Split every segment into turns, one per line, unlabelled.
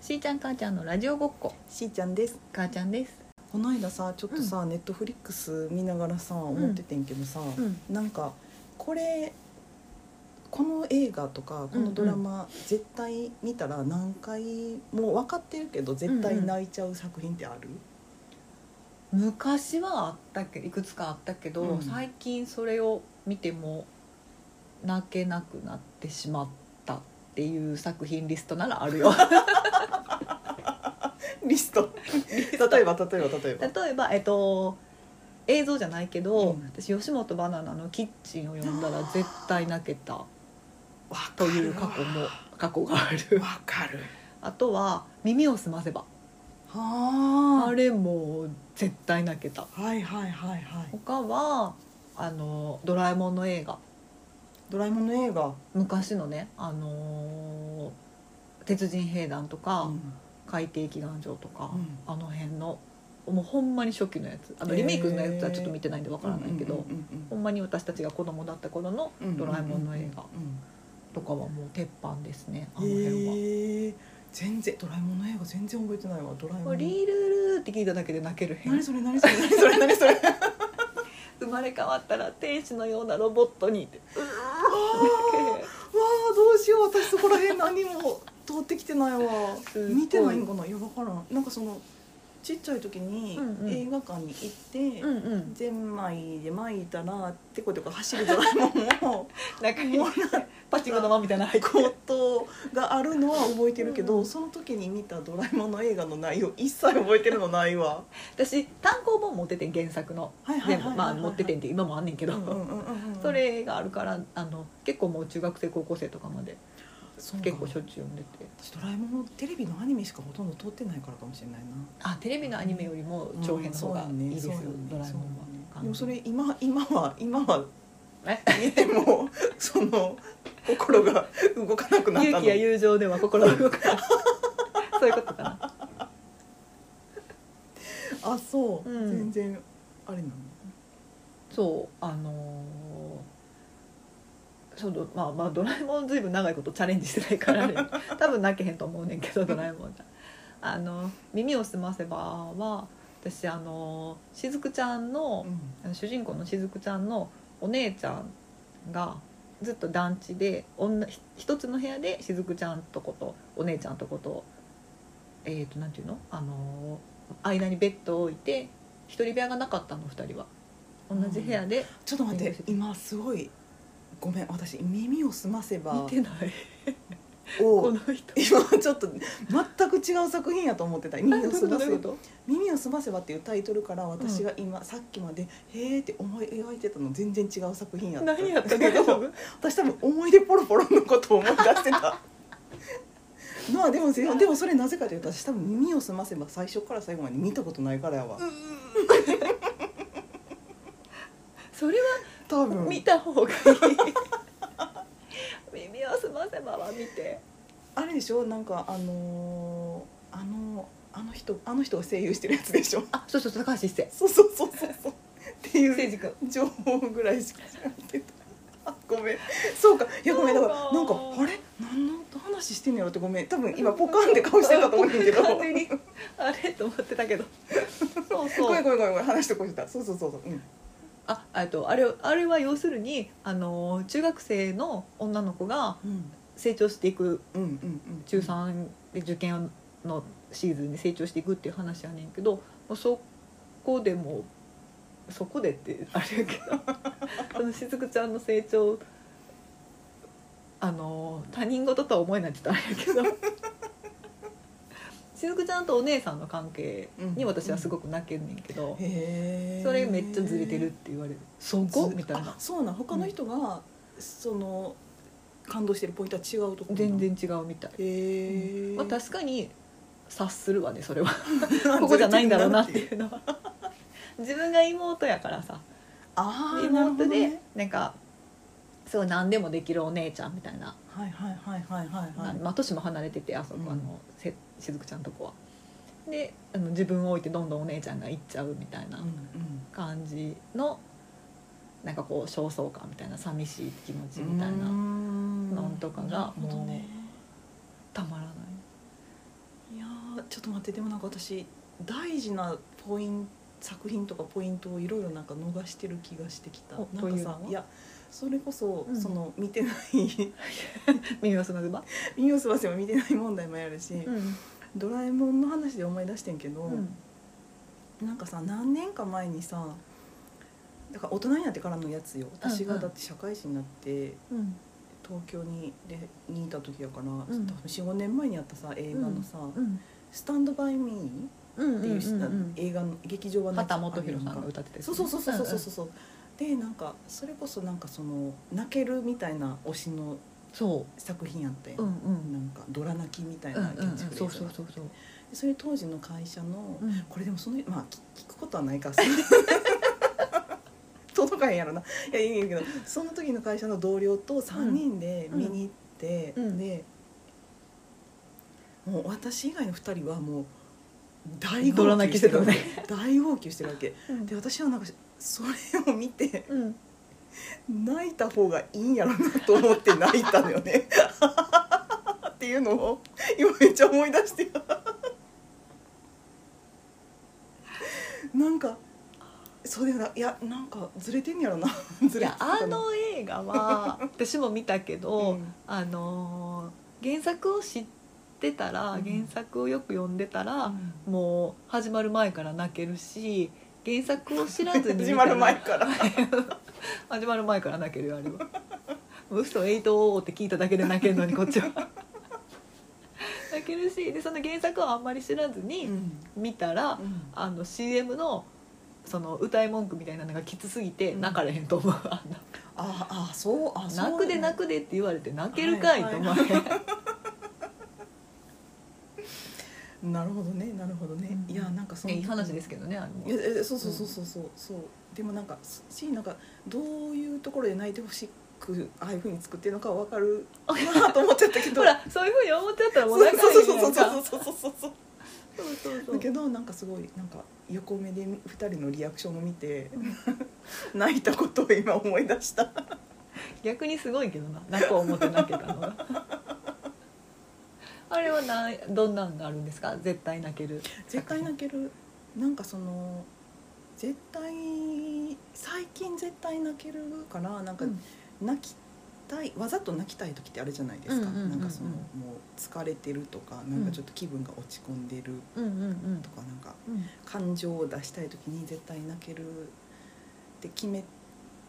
しーちゃん母ちゃんのラジオごっこ
しーちゃんです
母ちゃんです
この間さちょっとさ、ネットフリックス見ながらさ思っててんけどさ、
うん
なんかこれこの映画とかこのドラマ、絶対見たら何回もう分かってるけど絶対泣いちゃう作品ってある、
昔はあったけいくつかあったけど、
うん
最近それを見ても泣けなくなってしまったっていう作品リストならある よ
リスト 例えば例えば例えば
例えばえっと映像じゃないけど、
うん
私吉本バナナの「キッチン」を読んだら絶対泣けた
わ
と
か
いう
る
過
わ
去 も過去がある
わかる
あとは「耳をすませば」
は
あれも絶対泣けた
あはいはいはいはい
他はあのドラえもんの映画
ドラえもんの映画、
昔のね、あのー鉄人兵団とか、
うん
海底祈願場とか、
うん
あの辺のもうほんまに初期のやつあの
へー
リメイクのやつはちょっと見てないんでわからないけど、
うんうんうんうん
ほんまに私たちが子供だった頃の「ドラえもん」の映画とかはもう鉄板ですねあ
うん
の
うんうんうん
辺は。
へえ全然ドラえもんの映画全然覚えてないわドラえ
も
も
うんリールルーって聞いただけで泣ける編
何それ何それ何それ何 それ
生まれ変わったら天使のようなロボットにって
あーわあどうしよう私そこら辺何も通ってきてないわ
すごい
見てないんかないや分からんなんかそのちっちゃい時に
うんうん
映画館に行って、
うんうん
ゼンマイで巻いたらてこてこ走るドラ えもんを
なんか
もらっ
パチンコ玉みたいなの入って
ことがあるのは覚えてるけど、
うん
その時に見たドラえもんの映画の内容一切覚えてるのないわ
私単行本持っててん原作の
はいはい
全部
はいはい
まあ持っててんって今もあんねんけど、
うんうんうんうん
それがあるからあの結構もう中学生高校生とかまで
そう
結構し
私
ょっちゅう読んでて
ドラえもんのテレビのアニメしかほとんど通ってないからかもしれないな
あテレビのアニメよりも長編の方がいいですよ、ドラえもんは、
でもそれ今今は今は
え
見ても その心が動かなくなったの
勇気や友情では心が動かない そういうことかな
あそう、
うん
全然あれなの
そうあのーそうどまあまあドラえもんずいぶん長いことチャレンジしてないから、ね、多分泣けへんと思うねんけどドラえもんじゃあの「耳をすませば」は私あのしずくちゃんのあの主人公のしずくちゃんのお姉ちゃんがずっと団地で女ひ一つの部屋でしずくちゃんとことお姉ちゃんとことえっ、となんていうの、あのー間にベッドを置いて一人部屋がなかったの二人は同じ部屋で、
ちょっと待って今すごいごめん私耳を澄ませば
見てないこ
を
の 人
今ちょっと全く違う作品やと思ってた耳を澄
ど
ませ
ういう
ば
こと
耳を澄ませばっていうタイトルから私が今、さっきまでへーって思い描いてたの全然違う作品やった
何やったけど
私多分思い出ポロポロのことを思い出してた まあでもでもそれなぜかというと私多分耳を澄ませば最初から最後まで見たことないからやわ
それは
多分
見た方がいい 耳を澄ませばは見て
あれでしょなんかあのーあのあの人あの人が声優してるやつでしょ
あそうそう高橋一生
そうそうそうそうそうってい
誠
う
司君
情報ぐらいしか知らなくてあごめんそうかいやごめんだからなんか
そうか
あれ何の話してんのやろってごめん多分今ポカンって顔してたと思うんだけど
完全にあれと思ってたけどそう
ご
そ
めん
う
ごめんごめんごめん話してこしたそうそうそうそううん
あえっとあれあれは要するにあの中学生の女の子が
うん
成長していく
うんうんうん
中3で受験のシーズンに成長していくっていう話やねんけどもうそこでもそこでってあれやけどそのしずくちゃんの成長あの他人事とは思えないって言ったらあれやけどしずくちゃんとお姉さんの関係に私はすごく泣けんねんけど、
へー
それめっちゃずれてるって言われる「そこ?」
ず
みたい な
あそうなん他の人が、その感動してるポイントは違うところ
全然違うみたい、
へえ、
まあ、確かに察するわねそれはここじゃないんだろうなっていうのは自分が妹やからさ
ああなるほ
妹
ど、
で
ね、
なんかすごい何でもできるお姉ちゃんみたいな、
はいはいはいはいはいはい
まあ年も離れててあそこ、
うん
あのせしずくちゃんとこはであの自分を置いてどんどんお姉ちゃんが行っちゃうみたいな
うんうん
感じの、なんかこう焦燥感みたいな寂しい気持ちみたいな、
うーん
なんとかが
なるほどね
たまらない
いちょっと待ってでもなんか私大事なポイン作品とかポイントをいろいろなんか逃してる気がしてきた
お
なんかさ
というのはい
やそれこそ、
うん
その見てない
耳をすませば、
耳をすませば見てない問題もやるし、
うん
ドラえもんの話で思い出してんけど、
うん
なんかさ何年か前にさだから大人になってからのやつよ私
う
が
んうん
だって社会人になって
うん
東京にでにいた時やから、
ん
多分45年前にやったさ映画のさ「
うん
スタンド・バイ・ミー」
うん
っていうし、
うんうん
映画の劇場版のやつ
畑基博さんが歌ってて
そうそうそうそうそうそうそうでなんかそれこそなんかその泣けるみたいな推しの
そ
作品やって、
ううんうん
なんかドラ泣きみたい
うん
な
うんうん
キャッチフレーズ
そうそうそうそう
でそれ当時の会社の、
うん
これでもそのまあ聞聞くことはないから 届かへんやろないやいいんやけどその時の会社の同僚と3人で見に行って、
うんうん
でもう私以外の2人はもう大号泣してるわけ
ドラ
大号泣してるわけ
うん
で私はなんかそれを見て
うん
泣いた方がいいんやろなと思って泣いたのよねっていうのを今めっちゃ思い出してなんかそうだよないやなんかずれてんやろなず
い
れ
や
てた
あ
かな
の映画は私も見たけど、
うん
あのー原作を知ってたら、
うん
原作をよく読んでたら、
う
もう始まる前から泣けるし原作を知らず
ん
に
始まる前
見
から
たら始まる前から泣けるよあれは「嘘エイトって聞いただけで泣けるのにこっちは泣けるしでその原作をあんまり知らず
う
に
ん
見たら、
うん
あの CM のその歌い文句みたいなのがきつすぎて
うん
泣かれへんと思う、あんな
ああそうあそう
泣くで泣くでって言われて泣けるかいと思わへん、
なるほどねなるほどね、
うん
いやなんかそ
い
の
やいい話ですけどねあ
いや
の
いやそうそうそうそうそうそうでもなんかしなんかどういうところで泣いてほしくああいうふうに作ってるのかわかるなあと思っちゃったけど
ほらそういうふうに思っちゃったらも
そうう
泣かへん
そう
や
そ
ん
うそう
か
そうそうそうそう
そうそうそ
だ
う
けどなんかすごいなんか横目で二人のリアクションを見て 泣いたことを今思い出した
逆にすごいけどな泣こう思って泣けたのがあれはなどんなんがあるんですか絶対泣ける
絶対泣けるなんかその絶対最近絶対泣けるからなんか
うん
泣きたいわざと泣きたい時ってあれじゃないですか、
うんうんうんうん
なんかそのもう疲れてるとかなんかちょっと気分が落ち込んでる
うんうんうん
とか、なんか
うん
感情を出したい時に絶対泣けるって決め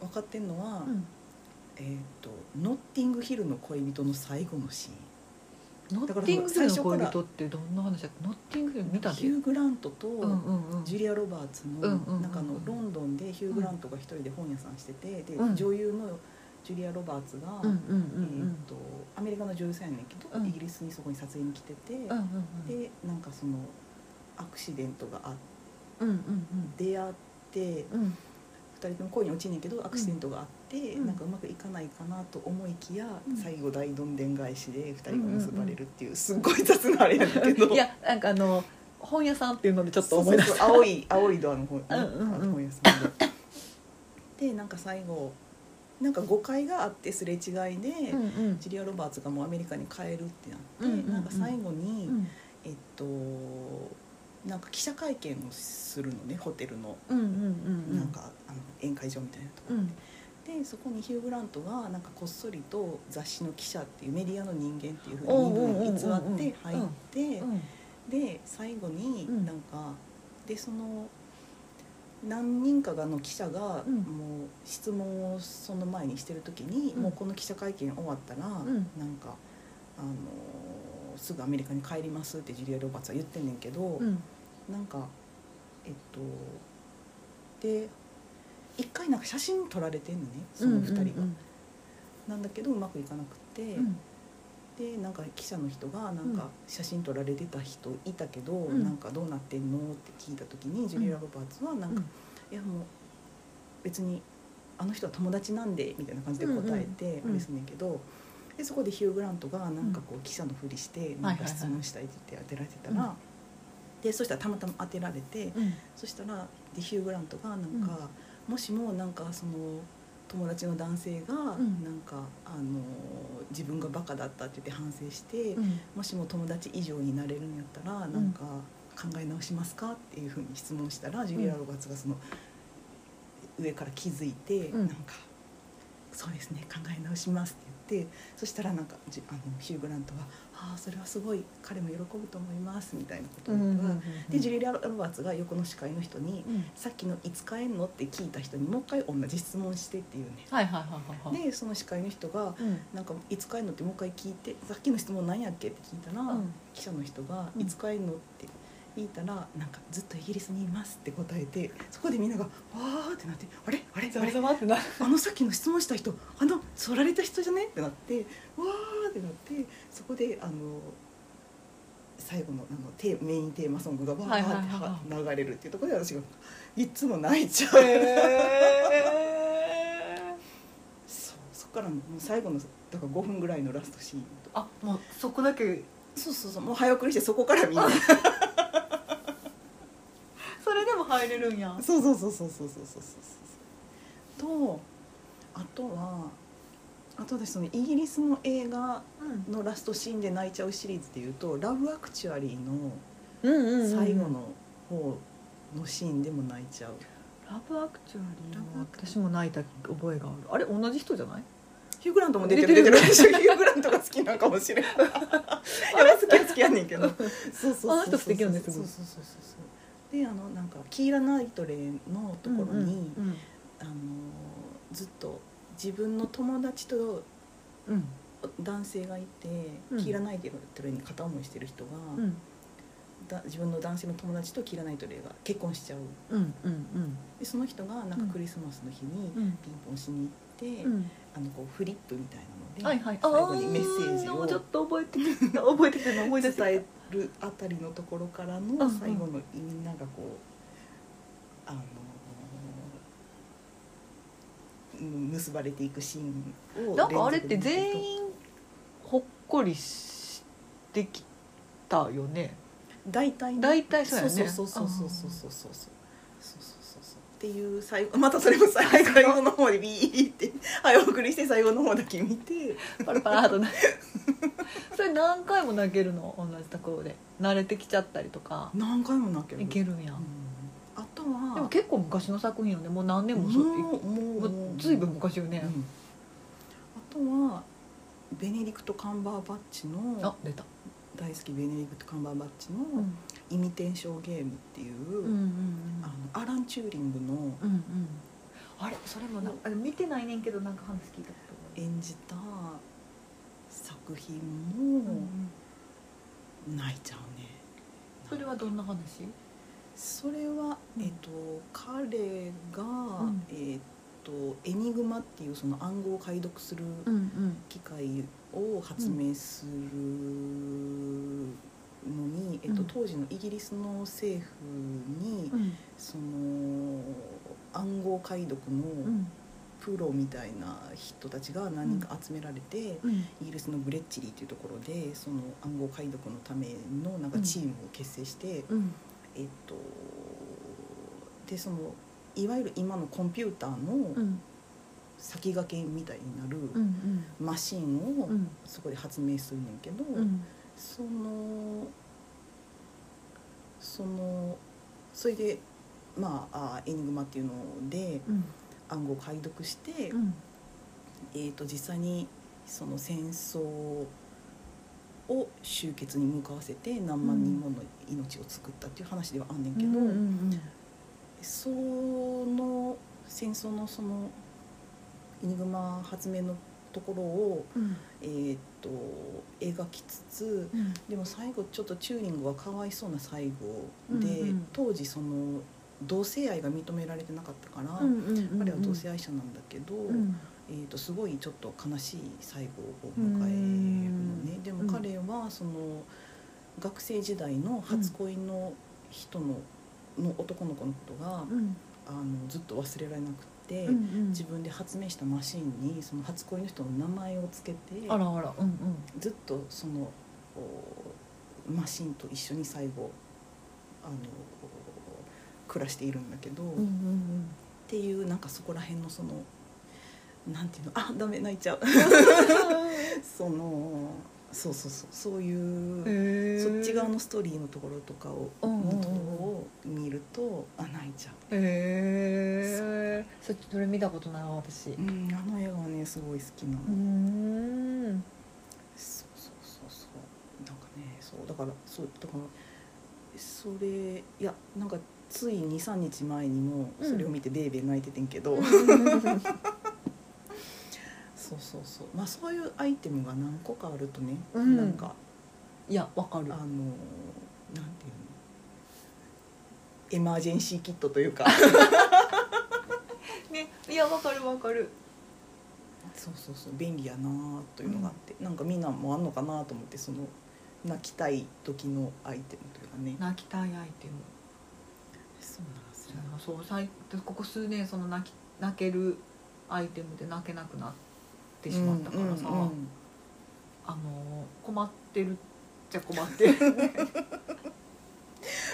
分かってんのは、
うん
えー、とノッティングヒルの恋人の最後のシーン
ノ
だ
ッ
から
ティングヒルの
最初から
恋人ってどんな話だっけノッティングヒル見たで
ヒュー・グラント
うん
と
うんうん
ジュリア・ロバーツ
う
の
んうんうんうん
なんかあのロンドンでヒュー・グラントが一人で本屋さんしててで
うん
女優のジュリア・ロバーツが、
うんうんう
えー
ん
とアメリカの女優さんやねんけど、
うん
イギリスにそこに撮影に来てて、
うんうんうん
でなんかそのアクシデントがあっ
うんうん
て出会って
うんうん
2人とも恋に落ちんねんけどアクシデントがあって、
うん
なんかうまくいかないかなと思いきや、
うん
最後大どんでん返しで2人が結ばれるっていう、すっごい雑なあれやねんけ ど
いやなんかあの本屋さんっていうのでちょっと思い出した
そうそうそう青い青いドアの方ね、
うんうんうん
あの本屋さんででなんか最後なんか誤解があってすれ違いで、
うんうん
ジュリア・ロバーツがもうアメリカに帰るってなって、
うんうんうん
なんか最後に、
うん
えっとなんか記者会見をするのねホテルの
うんうんうん
なんか、あの宴会場みたいなと
う、
こ
ん
でそこにヒュー・グラントがなんかこっそりと雑誌の記者っていうメディアの人間っていうふうに身分を偽って入って。
うん
で最後に
うん
なんか、でその何人かがの記者が
うん
もう質問をその前にしてる時に、
うん
もうこの記者会見終わったら、
ん
なんか、あのーすぐアメリカに帰りますってジュリア・ロバーツは言ってんねんけど、
うん
なんかえっとで一回なんか写真撮られてんのねその2人が、
うん
なんだけどうまくいかなくて。
うん
でなんか記者の人がなん
うん
か写真撮られてた人いたけど、
ん
なんかどうなってんのって聞いた時にジュリア・ロバーツはなんか、いやもう別にあの人は友達なんでみたいな感じで答えて
うんうん
あれすんねんけど、でそこでヒュー・グラントがなんかこう記者のふりしてなんか質問したいって言って当てられてた
は
ら、
いはいは
でそしたらたまたま当てられて、
うん
そしたらでヒュー・グラントがなんか、もしもなんかその友達の男性がなん
ん
か、あの自分がバカだったって言って反省して、もしも友達以上になれるんやったらなんか考え直しますかっていうふうに質問したら、ジュリア・ロバーツがその上から気づいて、
うん
なんか「そうですね考え直します」って言ってそしたらなんかじあのヒュー・グラントは「ああそれはすごい彼も喜ぶと思います」みたいなことを言ったら、でジュリア・ロバーツが横の司会の人に
うん
「さっきのいつ帰んの?」って聞いた人にもう一回同じ質問してっていうね。
はいはいはいはいはい
でその司会の人が
うん
なんかいつ帰るのってもう一回聞いてさっきの質問なんやっけって聞いたら、
うん
記者の人が「
うん
いつ帰るの?」って聞いたらなんかずっとイギリスにいますって答えてそこでみんながわーってなってあれあれ
ざ
あ
わざ
れ
わってなる
あのさっきの質問した人あのそられた人じゃねってなってわーってなってそこであの最後のあのテーメインテーマソングがわ
はいはいはい
ー
は
って流れるっていうところで私がいつも泣いちゃう。
へー
そうそこからもう最後のだから5分ぐらいのラストシーンと
あもうそこだけ
そうそうそうもう早送りしてそこからみんな
それでも入れるんや
そうそうそうそうそうそうそうそうそうとあとはあと私そのイギリスの映画
うん
のラストシーンで泣いちゃうシリーズでいうと「ラブ・アクチュアリー」の
うんうんうん
最後の方のシーンでも泣いちゃう、
ラブアクチュアリー
ラブ
は
アクチ
私も泣いた覚えがあるあれ同じ人じゃない
ヒュー・グラントも出てる
出
出
てる
てる ヒュー・グラントが好きなんかも しれないいや好きは好きやねんけどそうそうそうそう
あの人素敵よねすごい
そうそうそうそうであのなんかキーラ・ナイトレイのところに、
うん
あのずっと自分の友達と
うん
男性がいて、
うん
キーラ・ナイトレイに片思いしてる人が、
うん
だ自分の男性の友達とキーラ・ナイトレイが結婚しちゃう
うんうん
でその人がなんかクリスマスの日に
うん
ピンポンしに行って、
うん
あのこうフリップみたいなので、
はいはい
最後にメッセージ
あーちょ
を
っと覚えてきた 覚えてきたの思い出
伝
した
えるあたりのところから
んう
の
ん
最後のみんながこうあのうん結ばれていくシーンを
なんかあれって
連続で見ると
全員ほっこりしてきたよね
大体ね
大体そうやね
そうそうそうそうそうそうそうそうそうそうそうっていう最後またそれも最後最後の方でビーって早送りして最後の方だけ見て
パラパラっとな それ何回も泣けるの同じところで慣れてきちゃったりとか
何回も泣ける
いけるんや、
うんあと
でも
は
結構昔の作品よねもう何年もそう
もうも
も
う
うずいぶん昔よね
う、んあとはベネディクト・カンバーバッチ
あ
の
出た、
大好きベネディクト・カンバーバッチ
う
の
ん、
「イミテンションゲーム」っていう
うんう、ん
あのアラン・チューリングの
うんうんうんあれそれもなあれ見てないねんけどなんか話聞いたこと
演じた作品
ある、うんう
も
ん
泣いちゃうね、
それはどんな話
それは、
うん
えっと彼が、
ん
えっとエニグマっていうその暗号を解読する
うんうん
機械を発明するのに、えっ
う
と、
ん
当時のイギリスの政府に、
うん
その暗号解読
う
の
ん
プロみたいな人たちが何人か集められて、
うん
イギリスのグレッチリーというところでその暗号解読のためのなんかチームを結成して、
うん
えっとでそのいわゆる今のコンピューター
う
の
ん
先駆けみたいになる
うん
マシンを
うん
そこで発明するねんけど、
うん
そのそのそれでまああエニグマっていうので
うん
暗号を解読して、
うん
えー、と実際にその戦争を終結に向かわせて何万人もの命を救ったっていう話ではあんねんけど、
うんうん
その戦争のそのエニグマ発明のところを、
うん
えー、と描きつつ
うん
でも最後ちょっとチューリングはかわいそうな最後で、
うんうん
当時その同性愛が認められてなかったから、
うん
彼は同性愛者なんだけど。
うん
えー、とすごいちょっと悲しい最後を迎えるのねで
うん
も彼はその学生時代の初恋の人の,、の男の子のことが
うん
あのずっと忘れられなくて、
うんうん
自分で発明したマシンにその初恋の人の名前をつけて
あらあらうんうん
ずっとそのおマシンと一緒に最後あの暮らしているんだけど、
うんう
っていうなんかそこら辺のそのなんていうの あダメ泣いちゃうそのそうそうそうそういう、そっち側のストーリーのところとかを、
うんうんうん
のところを見るとあ泣いちゃ
へえそそれ見たことないわ私
う、うん、あの映画はねすごい好きなの、
うん
そうそうそうそうなんかねそうだからそうだからそれいやなんかつい23日前にも
うん
それを見てベーベー泣いててんけど、そうそうそうまあそういうアイテムが何個かあるとね、
うん
なんか
いやわかる
あのなんていうのエマージェンシーキットというか
ねいやわかるわかる
そうそうそう便利やなあというのがあって、なんかみんなもあんのかなと思ってその泣きたい時のアイテムというかね
泣きたい相手も
そうなんです
そうやなそう最ここ数年その泣き泣けるアイテムで泣けなくなってしまったからさ、
うんうんうん
あの困ってるっちゃ困ってる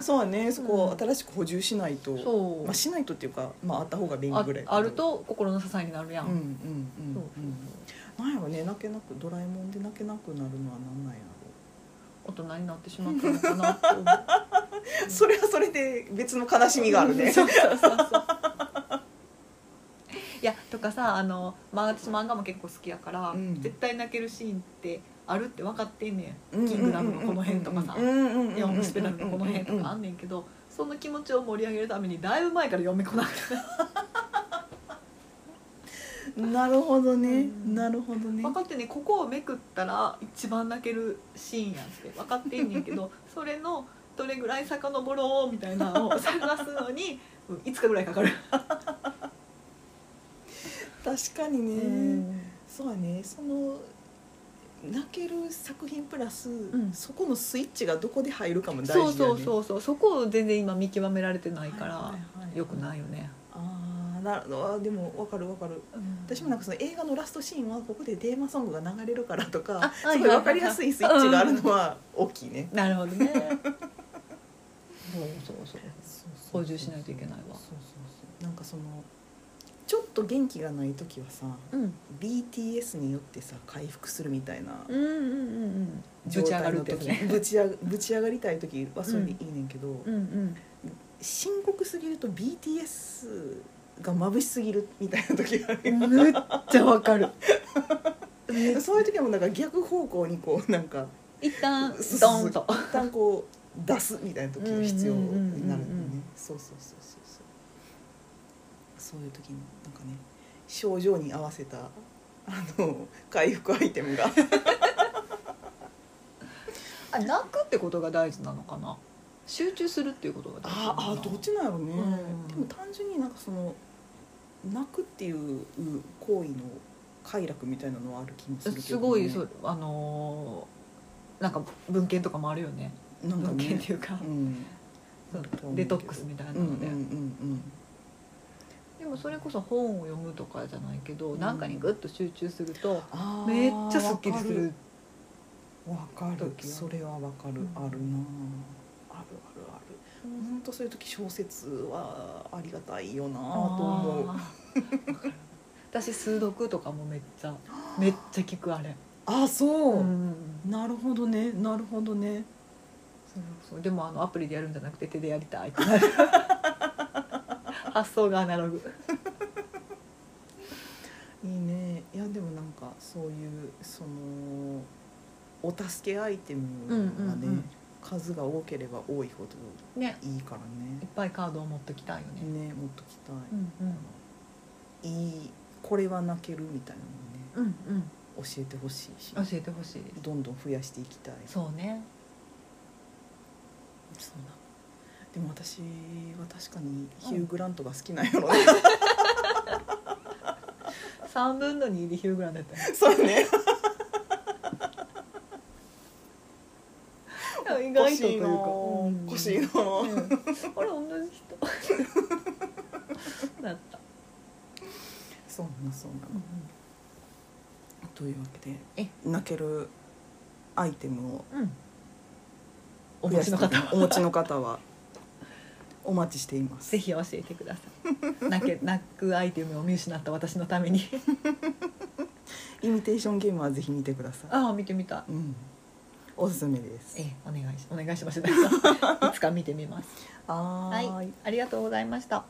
そうはねそこ
う
を
ん
新しく補充しないと、
そう、
まあ、しないとっていうか、まあ、あった方が便利
あ
ぐらい
あると心の支えになるや、
うんんうんうん
そうそう
うんなんやろね泣けなくドラえもんで泣けなくなるのはなんなんや
そう大人になってしまったのかなと思う
ろ、それはそれで別の悲しみがあるね
そうそうそうそういやとかさあの、まあ、私漫画も結構好きやから、
うん
絶対泣けるシーンってあるって分かってんねん「キングダム」のこの辺とかさ「
イ
イオンホスピタル」のこの辺とかあんねんけどその気持ちを盛り上げるためにだいぶ前から読めこなくて
なるほどね、
うん
なるほどね
分かってんねんここをめくったら一番泣けるシーンやんって分かってんねんけどそれのどれぐらい遡ろうみたいなのを探すのにうん5日ぐらいかかる。
確かにね、
うん
そうやねその泣ける作品プラス、
ん
そこのスイッチがどこで入るかも大事
そ
やね
うそう
う
そうそうそこを全然今見極められてないから、よくないいよね、
あーなるあーでもわかるわかる私もなんかその映画のラストシーンはここでテーマソングが流れるからとか
あ
すごいわかりやすいスイッチがあるのは大きいね、
なるほどねそうそうそう補充しないといけないわ
そうそうそうなんかそのちょっと元気がない時はさ
うん、
BTS によってさ回復するみたいな
うんうんうんうんぶ
状
ち上が
態
る
の
ってや
時
つね
ぶち上が ぶち上がりたい時はそれでいいねんけど、
うんうん
深刻すぎると BTS が眩しすぎるみたいな時があるよ、
めっちゃわかるめっ
そういう時はもうなんか逆方向にこうなんか
一旦
そう
ド
そう
ーンと
一旦こう出すみたいな時が必要になる
う
んだ
んうんう
よ
んうん
ねそうそうそうそうそうそういう時のなんかね症状に合わせたあの回復アイテムが
あ泣くってことが大事なのかな集中するっていうことが大事なの
あ
かな
あどっちなんやろうね、
うん
でも単純になんかその泣くっていう行為の快楽みたいなのはある気もするけど、ね、
すごいそうあのーなんか文献とかもあるよね
なんか
文献
ね
っていうか、
うん
そう
と思うけ
デ
ど
トックスみたいな
うんうん
ので、
うん
でもそれこそ本を読むとかじゃないけど、
うん
なんかにグッと集中すると
うん
めっちゃすっきりする
わかる
時は
それはわかる、
うん
あるなああるあるある本当そういう時小説はありがたいよなと思う
う 私数読とかもめっち ゃめっちゃ聞くあれ、
あそう、
うん
なるほどねなるほどね
そうそうでもあのアプリでやるんじゃなくて手でやりたいって なる発想がアナログ
いいねいやでもなんかそういうそのお助けアイテムがね、
うんうんうん
数が多ければ多いほ
ね
どいいから
いっぱいカードを持っときたいよね、
ねね持っときたい、
うんうん
いいこれは泣けるみたいなのね
うんうん
教えてほしいし
教えてほしいです
どんどん増やしていきたい
そうね
そうだでも私は確かにヒュー・グラントが好きなんやろね、
3分の2でヒューグランドやったよ
そうね
意
意
外とというか
お
うん
かしいな、
あれ同じ 人だった、
そうなのそうなのというわけ
え
で泣けるアイテムを
うんお持ちの方
増やしてお持ちの方はお待ちしています
ぜひ教えてください泣け泣くアイテムを見失った私のために
イミテーションゲームはぜひ見てください、
ああ見てみたい
うん、おすすめです
ええ お願いしお願いしましたいつか見てみます
はーい
はいありがとうございました